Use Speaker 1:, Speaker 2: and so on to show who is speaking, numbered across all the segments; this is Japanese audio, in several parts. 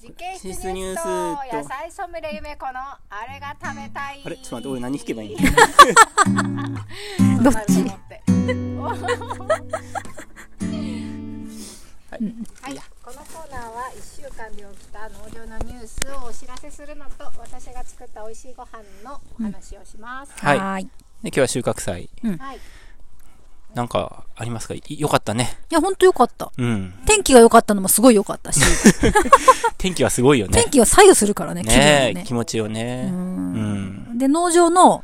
Speaker 1: 実験室
Speaker 2: 実質ニ
Speaker 1: ニ
Speaker 2: ュ
Speaker 1: ュー
Speaker 2: ース
Speaker 1: ス
Speaker 2: と
Speaker 1: と野菜ソムリエ夢子のあれが食べたい
Speaker 2: あれちょっと待って俺何弾けばいいの
Speaker 3: どっち
Speaker 1: なると思って
Speaker 2: はい
Speaker 1: はい、このコーナーは1週間で起きた農場のニュースをお知らせするのと私が作った美味しいご飯のお話をします、
Speaker 2: はい
Speaker 3: はーい。い
Speaker 2: で今日は収穫祭
Speaker 1: はい、
Speaker 2: なんかありますかいよかったね
Speaker 3: や、ほんとよかった。
Speaker 2: うん
Speaker 3: 天気が良かったのもすごい良 かったし、
Speaker 2: 天気はすごいよね
Speaker 3: 天気が左右するからね、気分を
Speaker 2: ねえ
Speaker 3: ね
Speaker 2: 気。持ちよね
Speaker 3: うん
Speaker 2: うん
Speaker 3: で、農場の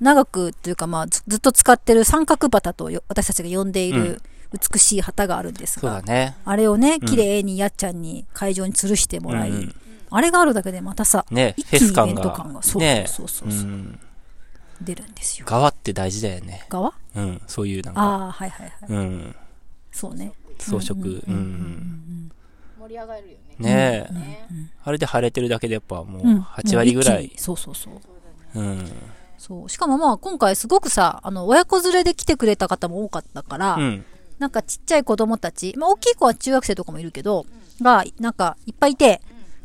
Speaker 3: 長くっていうか、まあ、ずずっと使ってる三角旗とよ私たちが呼んでいる美しい旗があるんです
Speaker 2: そう
Speaker 3: が、
Speaker 2: だね
Speaker 3: あれをね、
Speaker 2: うん
Speaker 3: 綺麗にやっちゃんに会場に吊るしてもらい、
Speaker 2: うんうん
Speaker 3: あれがあるだけでまたさ、
Speaker 2: ね
Speaker 3: 一
Speaker 2: フェ
Speaker 3: 気に
Speaker 2: ス
Speaker 3: イベ
Speaker 2: 感
Speaker 3: ン
Speaker 2: が
Speaker 3: ト感が、そう
Speaker 2: ね
Speaker 3: そうそう
Speaker 2: う
Speaker 3: そう、
Speaker 2: ん
Speaker 3: 出るんですよ。
Speaker 2: 側って大事だよね
Speaker 3: 側
Speaker 2: うんそういうなんか
Speaker 3: ああ、はいはいはい。
Speaker 2: うん
Speaker 3: そうね。
Speaker 2: 装飾うん
Speaker 1: 盛り上がるよね
Speaker 2: ねえ
Speaker 1: ね
Speaker 2: あれで晴れてるだけでやっぱもう
Speaker 3: うん
Speaker 2: 8割ぐら
Speaker 3: もう一気
Speaker 2: い
Speaker 3: にそうそうそう。
Speaker 2: うん
Speaker 3: そう。しかもまあ今回すごくさ、あの、親子連れで来てくれた方も多かったから、
Speaker 2: うん
Speaker 3: なんかちっちゃい子供たち、まあ大きい子は中学生とかもいるけど、が、なんかいっぱいいて、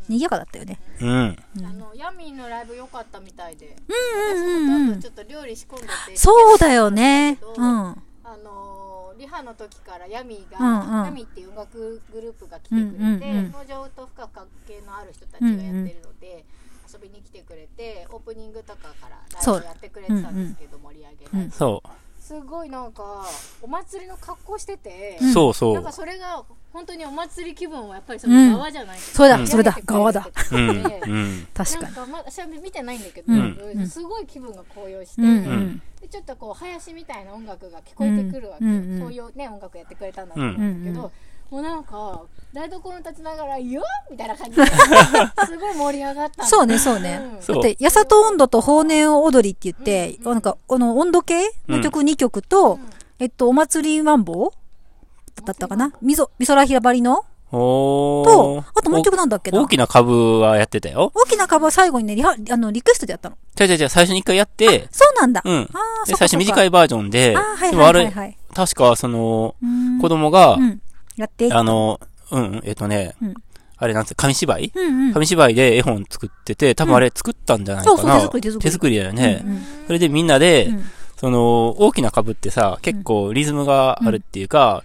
Speaker 3: 賑やかだったよね。
Speaker 2: うん
Speaker 1: あのヤミーのライブ良かったみたいで、
Speaker 3: うんうんうん。
Speaker 1: ちょっと料理仕込んでて
Speaker 3: そうだよね。うん。うん
Speaker 1: あのーリハの時からヤミーが、
Speaker 3: うんうん
Speaker 1: ヤミーっていう音楽グループが来てくれて、
Speaker 3: うんうんうん
Speaker 1: 農場と深く関係のある人たちがやってるので、遊びに来てくれてオープニングとかからライブやってくれてたんですけど、盛り上げない、
Speaker 3: うん
Speaker 2: そ
Speaker 1: すごいなんかお祭りの格好してて、
Speaker 2: うそうそ
Speaker 1: なんか
Speaker 2: う
Speaker 1: それが本当にお祭り気分はやっぱりその側じゃないですか、
Speaker 3: そうだ、
Speaker 2: うん
Speaker 3: それだ、側だ。
Speaker 2: うんう
Speaker 1: 盛り上げてくれてて
Speaker 2: ん
Speaker 3: 確か
Speaker 1: なん
Speaker 3: に。
Speaker 1: か、ま、私は見てないんだけど、
Speaker 2: うん
Speaker 1: うんすごい気分が高揚して、
Speaker 3: うんう
Speaker 2: うんん。
Speaker 1: でちょっとこう林みたいな音楽が聞こえてくるわけ、
Speaker 3: うんうんうん
Speaker 1: そういう、ね、音楽やってくれたんだと思うんだけど、もうなんか台所に立ちな がら「よっ!」みたいな感じですごい盛り上がったの
Speaker 3: そうね、そうね。
Speaker 2: そ
Speaker 3: だ
Speaker 2: う
Speaker 3: って、やさと温度と法然踊りって言って、なんか、この温度計の曲2曲と、えっと、お祭りマンボウだったかなみそ、みそらひらばりの
Speaker 2: お
Speaker 3: と
Speaker 2: ー、
Speaker 3: あともう一曲なんだっけな
Speaker 2: 大きな株はやってたよ
Speaker 3: 大きな株は最後にね、リハ、あの、リクエストでやったの。
Speaker 2: じゃじゃじゃ最初に一回やって
Speaker 3: そうなんだ。
Speaker 2: うん
Speaker 3: ああ、そ
Speaker 2: で最
Speaker 3: っかそ
Speaker 2: 初
Speaker 3: っか
Speaker 2: 短いバージョンで
Speaker 3: ああ、はい
Speaker 2: でも
Speaker 3: は
Speaker 2: あ
Speaker 3: いはい
Speaker 2: れ
Speaker 3: はい。
Speaker 2: 確かその
Speaker 3: うん
Speaker 2: 子供が
Speaker 3: うん。やって。
Speaker 2: あの、うんうん、えっとね
Speaker 3: うん、
Speaker 2: あれなんつう、紙芝居
Speaker 3: うんうん。
Speaker 2: 紙芝居で絵本作ってて、多分あれ作ったんじゃない
Speaker 3: そ
Speaker 2: か
Speaker 3: うそう、
Speaker 2: な。
Speaker 3: 手作り手作り。
Speaker 2: 手作りだよね
Speaker 3: う。ん
Speaker 2: それでみんなで
Speaker 3: うん、
Speaker 2: その、大きな株ってさ、結構リズムがあるっていうか、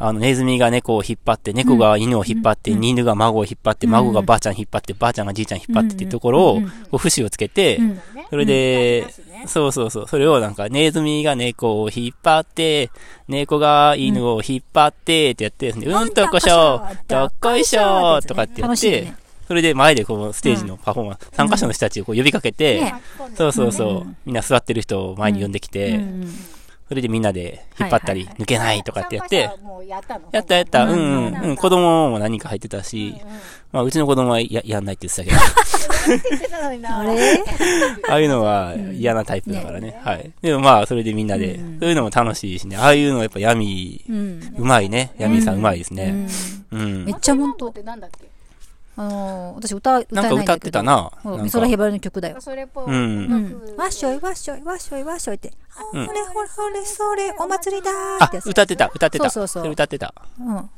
Speaker 2: あの、ネズミが猫を引っ張って、猫が犬を引っ張って、
Speaker 3: うん
Speaker 2: 犬が孫を引っ張って、
Speaker 3: うん
Speaker 2: 孫がばあちゃん引っ張って、ばあちゃんがじいちゃん引っ張ってっていうところ
Speaker 3: う
Speaker 2: を
Speaker 3: んうん、
Speaker 2: こう、節をつけて
Speaker 3: う、ん
Speaker 1: ね
Speaker 2: それ
Speaker 1: うんあ
Speaker 2: で
Speaker 1: りますね、
Speaker 2: そうそうそう、それをなんか、ネズミが猫を引っ張って、猫が犬を引っ張ってってやって、でうんとこしょ、どっこいしょとかってや
Speaker 3: 楽
Speaker 2: っ
Speaker 3: しい
Speaker 2: て
Speaker 3: ね、。
Speaker 2: それで前でこう、ステージのパフォーマンス、参加者の人たちをこう呼びかけて
Speaker 3: ね、
Speaker 1: 巻き込んで
Speaker 2: そうそうそう、
Speaker 3: うん
Speaker 2: みんな座ってる人を前に呼んできて、
Speaker 3: うんうん
Speaker 2: それでみんなで引っ張ったり、
Speaker 3: はいはい
Speaker 2: 抜けないとかってやって、
Speaker 1: 参加者はもうやったの
Speaker 2: やったやった、うん
Speaker 1: そう
Speaker 2: うん、
Speaker 1: な
Speaker 2: うんん
Speaker 1: だ
Speaker 2: 子供も何人か入ってたし、
Speaker 1: うんうん
Speaker 2: まあうちの子供はややんないって言ってたけ
Speaker 1: 言ってたのにな
Speaker 3: あれ
Speaker 2: ど、ああいうのは嫌なタイプだからね。
Speaker 1: ね
Speaker 2: はい。でもまあそれでみんなで、
Speaker 3: うん
Speaker 2: そういうのも楽しいしね、ああいうのやっぱ闇、
Speaker 3: うん。
Speaker 2: うまいね。闇さんうまいです
Speaker 3: う
Speaker 2: ね。
Speaker 3: ん
Speaker 2: うん。
Speaker 3: めっちゃ本当
Speaker 1: 祭りマンボウってなんだっけ
Speaker 3: あのー、私歌、歌え
Speaker 2: な
Speaker 3: なんい
Speaker 2: か
Speaker 3: ん
Speaker 2: 歌
Speaker 3: だけど。
Speaker 2: ってたな。
Speaker 3: そう。
Speaker 2: なん
Speaker 3: 美空ひ
Speaker 2: か
Speaker 3: ばりの曲だ
Speaker 1: なん
Speaker 3: よ
Speaker 1: か。それっぽい、
Speaker 2: うん
Speaker 3: う
Speaker 1: 音
Speaker 3: ん。
Speaker 1: 楽
Speaker 3: わっしょいわっしょいわっしょいわっしょいって。あ、ほ
Speaker 2: う
Speaker 3: れ
Speaker 2: ん
Speaker 3: ほれほれそれ、お祭りだー
Speaker 2: あ
Speaker 3: ってや、つ。
Speaker 2: 歌ってた、歌ってた。
Speaker 3: そうそうそう
Speaker 2: れ歌ってた。
Speaker 3: うん。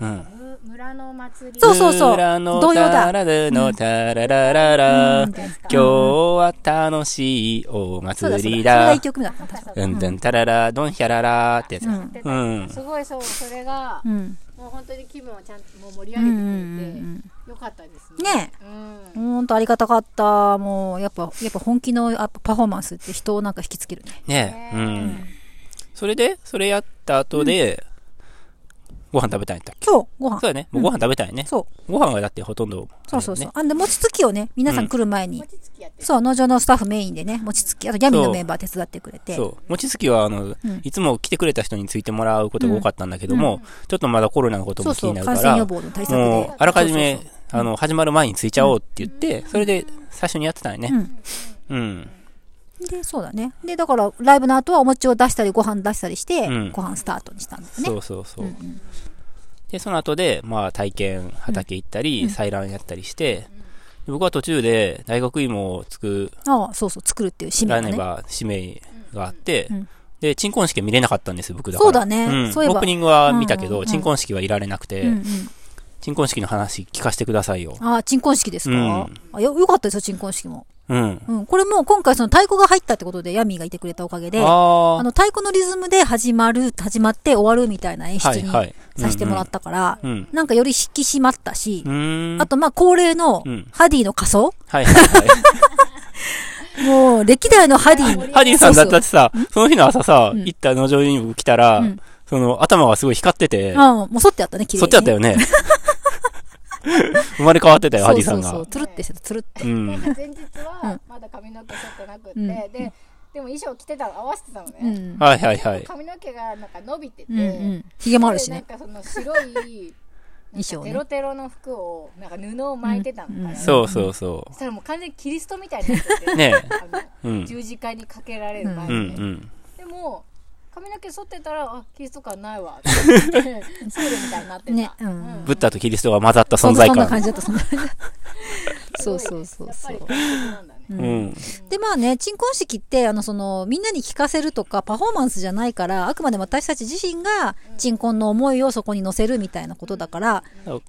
Speaker 2: うん。
Speaker 1: む村の祭り
Speaker 3: そうそうそう
Speaker 2: 村の
Speaker 3: 童謡だ
Speaker 2: タラルのタララララ、
Speaker 3: うん
Speaker 2: 今日は楽しいお
Speaker 3: そう
Speaker 2: 祭
Speaker 3: だそうだ。そ
Speaker 2: り
Speaker 3: れが
Speaker 2: だ
Speaker 3: 一。曲目だった。確か
Speaker 2: うんうんタララ、ドンヒャララってやつ。
Speaker 3: う
Speaker 2: うんん。
Speaker 1: すごいそうそれが、
Speaker 3: うん。
Speaker 1: もう本当に気分をちゃんともう盛り
Speaker 3: うんう
Speaker 1: 上げてくれて、
Speaker 3: ん
Speaker 1: よかったです
Speaker 3: うん。
Speaker 1: ね
Speaker 3: ねえ。
Speaker 1: うん
Speaker 3: ほんとありがたかった。もう、やっぱ、やっぱ本気のやっぱパフォーマンスって人をなんか引きつけるね。
Speaker 2: ねえ。う。
Speaker 1: うん
Speaker 2: それで、それやった後で、ご飯食べたんやったっけ
Speaker 3: 今日、ご飯。
Speaker 2: そうだね。もうご飯食べたんやね。
Speaker 3: そう。
Speaker 2: ご飯はだってほとんど。
Speaker 3: そうそうそう
Speaker 2: あ。
Speaker 3: あ、で、餅つきをね、皆さん来る前に。
Speaker 1: 餅つきやってる
Speaker 3: そう、農場のスタッフメインでね、餅つき、あとギャミーのメンバー手伝ってく
Speaker 2: れ
Speaker 3: れて。
Speaker 2: よね。そう。餅つきは、あの
Speaker 3: うん、
Speaker 2: いつも来てくれた人についてもらうことが多かったんだけども、ちょっとまだコロナのこと
Speaker 3: そ
Speaker 2: も
Speaker 3: う
Speaker 2: 気に
Speaker 3: そう、
Speaker 2: なるか
Speaker 3: 感染予
Speaker 2: ら、
Speaker 3: 防の対策
Speaker 2: も
Speaker 3: で
Speaker 2: う。、あらかじめ
Speaker 3: そうそう、
Speaker 2: あの、始まる前に着いちゃおうって言って、それで、最初にやってたんやね。うん。
Speaker 3: そうで、そうだね。で、だから、ライブの後はお餅を出したり、ご飯出したりして、
Speaker 2: うん
Speaker 3: ご飯スタートにしたんだよ
Speaker 2: そ
Speaker 3: ね。
Speaker 2: うそうそううん
Speaker 3: う。ん
Speaker 2: で、その後で、まあ、体験、畑行ったり、採卵やったりして、で僕は途中で、大学芋を作
Speaker 3: ああ、そうそう、作るっていう使
Speaker 2: ら
Speaker 3: 命が
Speaker 2: ね
Speaker 3: ね。
Speaker 2: ば、使命があって
Speaker 3: うん、
Speaker 2: で、鎮魂式は見れなかったんですよ、僕だから。
Speaker 3: そうだね
Speaker 2: ん
Speaker 3: そういえば
Speaker 2: オープニングは見たけ
Speaker 3: うんうんう
Speaker 2: ど、
Speaker 3: ん
Speaker 2: 鎮魂式はいられなくて
Speaker 3: うんう、ん
Speaker 2: 鎮魂式の話聞かせてくださいよ。
Speaker 3: ああ、鎮魂式ですか、
Speaker 2: うん
Speaker 3: あよ、よかったですよ、鎮魂式も。
Speaker 2: うん。
Speaker 3: うん。これも今回その太鼓が入ったってことでヤミーがいてくれたおかげで、あ
Speaker 2: ああ
Speaker 3: の、太鼓のリズムで始まる、始まって終わるみたいな演出に
Speaker 2: はいはい
Speaker 3: させてもらったから、
Speaker 2: うんうん
Speaker 3: なんかより引き締まったし
Speaker 2: う、ーん。
Speaker 3: あとまあ恒例の
Speaker 2: うん
Speaker 3: ハディの仮装、
Speaker 2: はいはいはい。
Speaker 3: もう歴代のハディ。
Speaker 2: ハディさんだ
Speaker 3: そう
Speaker 2: っ
Speaker 3: そ
Speaker 2: だっ
Speaker 3: う
Speaker 2: てさ、その日の朝さ、
Speaker 3: うん
Speaker 2: 行った農場に僕来たら、
Speaker 3: うん
Speaker 2: その頭がすごい光ってて、
Speaker 3: ああ、もう剃ってあったね、綺麗に
Speaker 2: そっちだったよ ね。生まれ変わってたよ、ハディさん
Speaker 3: そうそうそう、
Speaker 2: が。
Speaker 3: つるってしてた、つるって。
Speaker 2: うん。
Speaker 1: 前日はまだ髪の毛剃ってなくって、
Speaker 3: うん
Speaker 1: ででも衣装着てたの合わせてたのね、
Speaker 3: うん。
Speaker 2: はいはいはい。
Speaker 1: 髪の毛がなんか伸びてて、
Speaker 3: うんうん。ひげもあるし
Speaker 1: なん
Speaker 3: ね。
Speaker 1: かその白いなん
Speaker 3: 衣装
Speaker 1: かテ
Speaker 3: ね
Speaker 1: ロテロの服をなんか布を巻いてたのから、
Speaker 3: うん
Speaker 2: そうそうそ
Speaker 1: そしたらもう完全にキリストみたいになってて
Speaker 2: う。ね
Speaker 1: あ
Speaker 2: え。う
Speaker 1: の
Speaker 2: ん。
Speaker 1: 十字架にかけられる前
Speaker 2: う
Speaker 1: で、
Speaker 2: んうん。
Speaker 1: でも髪の毛剃ってたらあキリスト感ないわって思って ソウルみたいになってた、
Speaker 3: ねうん
Speaker 2: ブッダとキリストが混ざった存在
Speaker 3: そんな
Speaker 2: 感。
Speaker 3: 感じだった、そんな感じだった。そうそうそう
Speaker 1: やっぱ
Speaker 3: そ
Speaker 1: り
Speaker 3: う
Speaker 1: キ。リストなんだね、
Speaker 2: う。
Speaker 3: うんでまあね、鎮魂式ってあのそのみんなに聞かせるとかパフォーマンスじゃないからあくまでも私たち自身が鎮魂の思いをそこに乗せるみたいなことだから、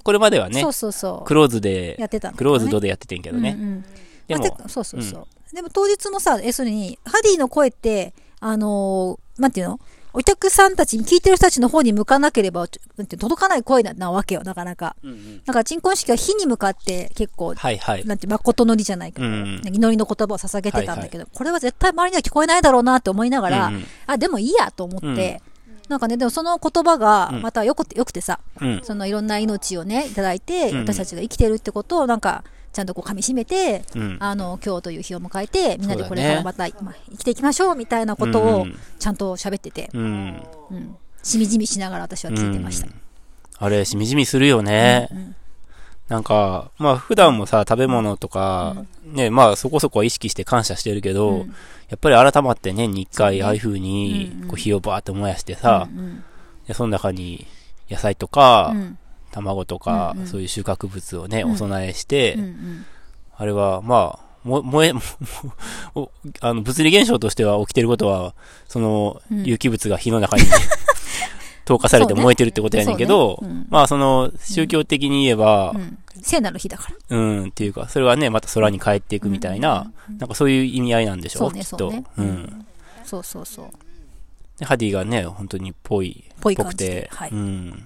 Speaker 2: これまではね
Speaker 3: そう、そうそう
Speaker 2: クローズで
Speaker 3: や、ってたんだ
Speaker 2: ク
Speaker 3: け
Speaker 2: ロ
Speaker 3: ど
Speaker 2: ー
Speaker 3: ね
Speaker 2: ズドでやっててんけど
Speaker 3: う
Speaker 2: ね
Speaker 3: ん。うん
Speaker 2: でも
Speaker 3: まあてそうそうそう、でも当日もさ要するにハディの声ってあのーなんていうのお客さんたちに聞いてる人たちの方に向かなければちょなんていうの届かない声ななわけよなかなか
Speaker 2: うんうん
Speaker 3: だから鎮魂式は火に向かって結構、
Speaker 2: はいはい。
Speaker 3: なんて誠のりじゃないけど、
Speaker 2: うん
Speaker 3: 祈りの言葉を捧げてたんだけど、これは絶対周りには聞こえないだろうなって思いながら、
Speaker 2: うんうん
Speaker 3: あでもいいやと思って、なんかねでもその言葉がまたよくてよくてさ、
Speaker 2: うん。
Speaker 3: そのいろんな命をねいただいて、
Speaker 2: うんうん
Speaker 3: 私たちが生きてるってことをなんかちゃんとこう噛みしめて、
Speaker 2: うん
Speaker 3: あの今日という日を迎えてみんなでこ
Speaker 2: そう
Speaker 3: れか
Speaker 2: だね
Speaker 3: らまた、まあ生きていきましょうみたいなこと
Speaker 2: うんう
Speaker 3: を
Speaker 2: ん
Speaker 3: ちゃんと喋ってて、
Speaker 2: うん。
Speaker 3: うんしみじみしながら私は聞いてました、
Speaker 2: うんあれ、しみじみするよね。なんか、まあ普段もさ、食べ物とか、ね、まあそこそこは意識して感謝してるけど、
Speaker 3: うん
Speaker 2: やっぱり改まって年に一回ああいう風に
Speaker 3: うんうん
Speaker 2: こう火をバーって燃やしてさ、
Speaker 3: うん
Speaker 2: でその中に野菜とか、
Speaker 3: うん
Speaker 2: 卵とか、
Speaker 3: うんうん
Speaker 2: そういう収穫物をね、
Speaker 3: うん
Speaker 2: お供えして、
Speaker 3: うんうん
Speaker 2: あれはまあ、も燃え、 もおあの物理現象としては起きてることは、その
Speaker 3: うん
Speaker 2: 有機物が火の中に、 投下されて
Speaker 3: そうね
Speaker 2: 燃えてるってことやねんけど、
Speaker 3: そうねうん
Speaker 2: まあその宗教的に言えば
Speaker 3: う、ん聖なる日だから
Speaker 2: うん、っていうか、それはね、また空に帰っていくみたいな、なんかそういう意味合いなんでしょ
Speaker 3: そうね
Speaker 2: きっ
Speaker 3: そ
Speaker 2: と。
Speaker 3: うね
Speaker 2: うん。
Speaker 3: そうそうそう
Speaker 2: でハディがね、本当にぽい。
Speaker 3: ぽい
Speaker 2: ぽ
Speaker 3: 感
Speaker 2: く
Speaker 3: じ
Speaker 2: て。
Speaker 3: ではい
Speaker 2: うん。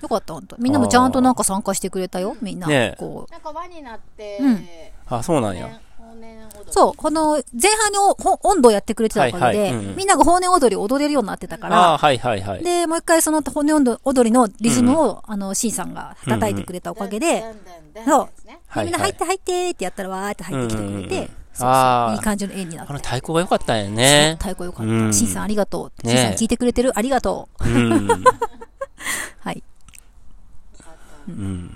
Speaker 3: よかった本当みんなもちゃんとなんか参加してくれたよみんな、
Speaker 2: ねえ
Speaker 3: こう
Speaker 1: なんか輪になって、
Speaker 3: うん
Speaker 2: あ、そうなんや。
Speaker 1: 往年踊り
Speaker 3: そう、この前半におほ温度やってくれてたおかげで、
Speaker 2: はいはいうんうん
Speaker 3: みんなが法年踊りを踊れるようになってたから
Speaker 2: あ、はいはいはい。
Speaker 3: で、もう一回その法年踊りのリズムを、あの、C さんが叩いてくれたおかげで、
Speaker 1: ダンダンダンダン
Speaker 3: そう
Speaker 1: ですね
Speaker 2: はいはい
Speaker 3: みんな入って入ってってやったらわーって入ってきてくれて、
Speaker 2: うんうんうん
Speaker 3: そう
Speaker 2: あ
Speaker 3: そう
Speaker 2: ー
Speaker 3: いい感じの絵になっ
Speaker 2: あ
Speaker 3: て
Speaker 2: の。太鼓が良かったんやね。
Speaker 3: 太鼓よかった。
Speaker 2: うん
Speaker 3: C さんありがとう。
Speaker 2: ね
Speaker 3: C さん聞いてくれてるありがと
Speaker 2: う
Speaker 3: う。
Speaker 2: ん。
Speaker 3: はい。
Speaker 2: うん。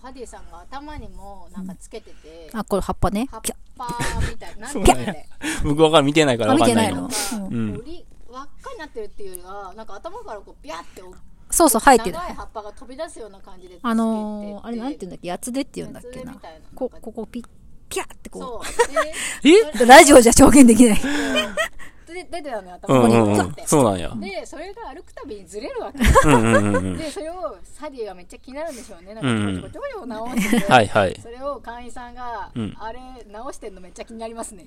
Speaker 1: ハディさんが頭にもなんかつけてて、
Speaker 3: あ、これ葉っぱね。
Speaker 1: 葉っ
Speaker 3: キャ
Speaker 1: ぱみたいな、なんていうのあれ
Speaker 2: 僕わかん見てないからわ
Speaker 3: あ見
Speaker 2: か
Speaker 3: て
Speaker 2: んな
Speaker 3: ない
Speaker 2: い
Speaker 3: の
Speaker 2: の。
Speaker 3: うん
Speaker 2: うん
Speaker 1: 折り輪っかになってるっていうよりは、なんか頭からこうビャって大き
Speaker 3: そうそう、生えて
Speaker 1: い
Speaker 3: る。
Speaker 1: 長い葉っぱが飛び出すような感じでつけてて、
Speaker 3: あのー、あれなんて言うん
Speaker 1: だ
Speaker 3: だっけ、やつでって言うんだっけ
Speaker 1: やつで
Speaker 3: な
Speaker 1: みたいな。
Speaker 3: こ、ここピッ、ピャーってこ
Speaker 1: そう。で
Speaker 2: え
Speaker 3: う。ラジオじゃ表現できない。
Speaker 1: で出てたのよ、
Speaker 2: う
Speaker 1: 頭
Speaker 2: ん
Speaker 1: に
Speaker 2: うんう
Speaker 1: こ
Speaker 2: ん
Speaker 1: っ。て。
Speaker 2: そうなんや。
Speaker 1: で、それが歩くたびにずれるわけ。
Speaker 2: うんうんうんうん。
Speaker 1: で、それをサディがめっちゃ気になるんでしょうね。な
Speaker 2: うんうん
Speaker 1: んかちょこちょこちょこ直してて。
Speaker 2: はいはい。
Speaker 1: それを会員さんが、
Speaker 2: うん
Speaker 1: あれ直してんのめっちゃ気になります ね。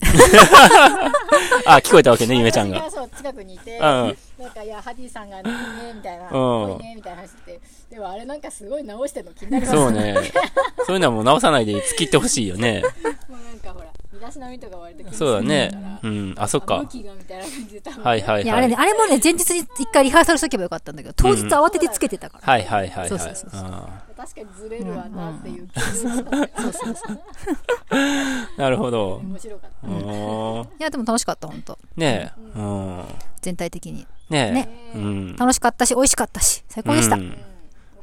Speaker 2: あ、聞こえたわけね、ゆめちゃん
Speaker 1: 私
Speaker 2: が。
Speaker 1: そう近くにいて、
Speaker 2: ん
Speaker 1: なんかいやハディさんがねねみたいな、
Speaker 2: ん
Speaker 1: こういねみたいな話してて、でもあれなんかすごい直してるの気になります
Speaker 2: そう。ね。そういうのはもう直さないで突っ切ってほしいよね。
Speaker 1: もうなんかほら身だしなみとか割と気にす
Speaker 2: そうだ
Speaker 1: る
Speaker 2: ね
Speaker 1: から。。
Speaker 2: うん。あ、そっか
Speaker 1: 武。器がみたいな感じで多分。
Speaker 2: はいはい
Speaker 3: いや、あれ
Speaker 2: はい
Speaker 3: ね、。あれもね、前日に一回リハーサルしとけばよかったんだけど、当日慌ててつけてたから。
Speaker 2: はいはいはい
Speaker 3: そう
Speaker 2: は
Speaker 3: そ
Speaker 2: いう
Speaker 3: そう。
Speaker 2: あ
Speaker 1: 確かにずれるわなっていう気 がしたね。
Speaker 2: ーなるほど。
Speaker 1: 面白かった。
Speaker 2: うん
Speaker 3: いや、でも楽しかった、本当
Speaker 2: ねえ。うん。
Speaker 3: 全体的に。
Speaker 2: ねえ
Speaker 3: ね。
Speaker 2: うん。
Speaker 3: 楽しかったし、美味しかったし、最高でした。
Speaker 2: うん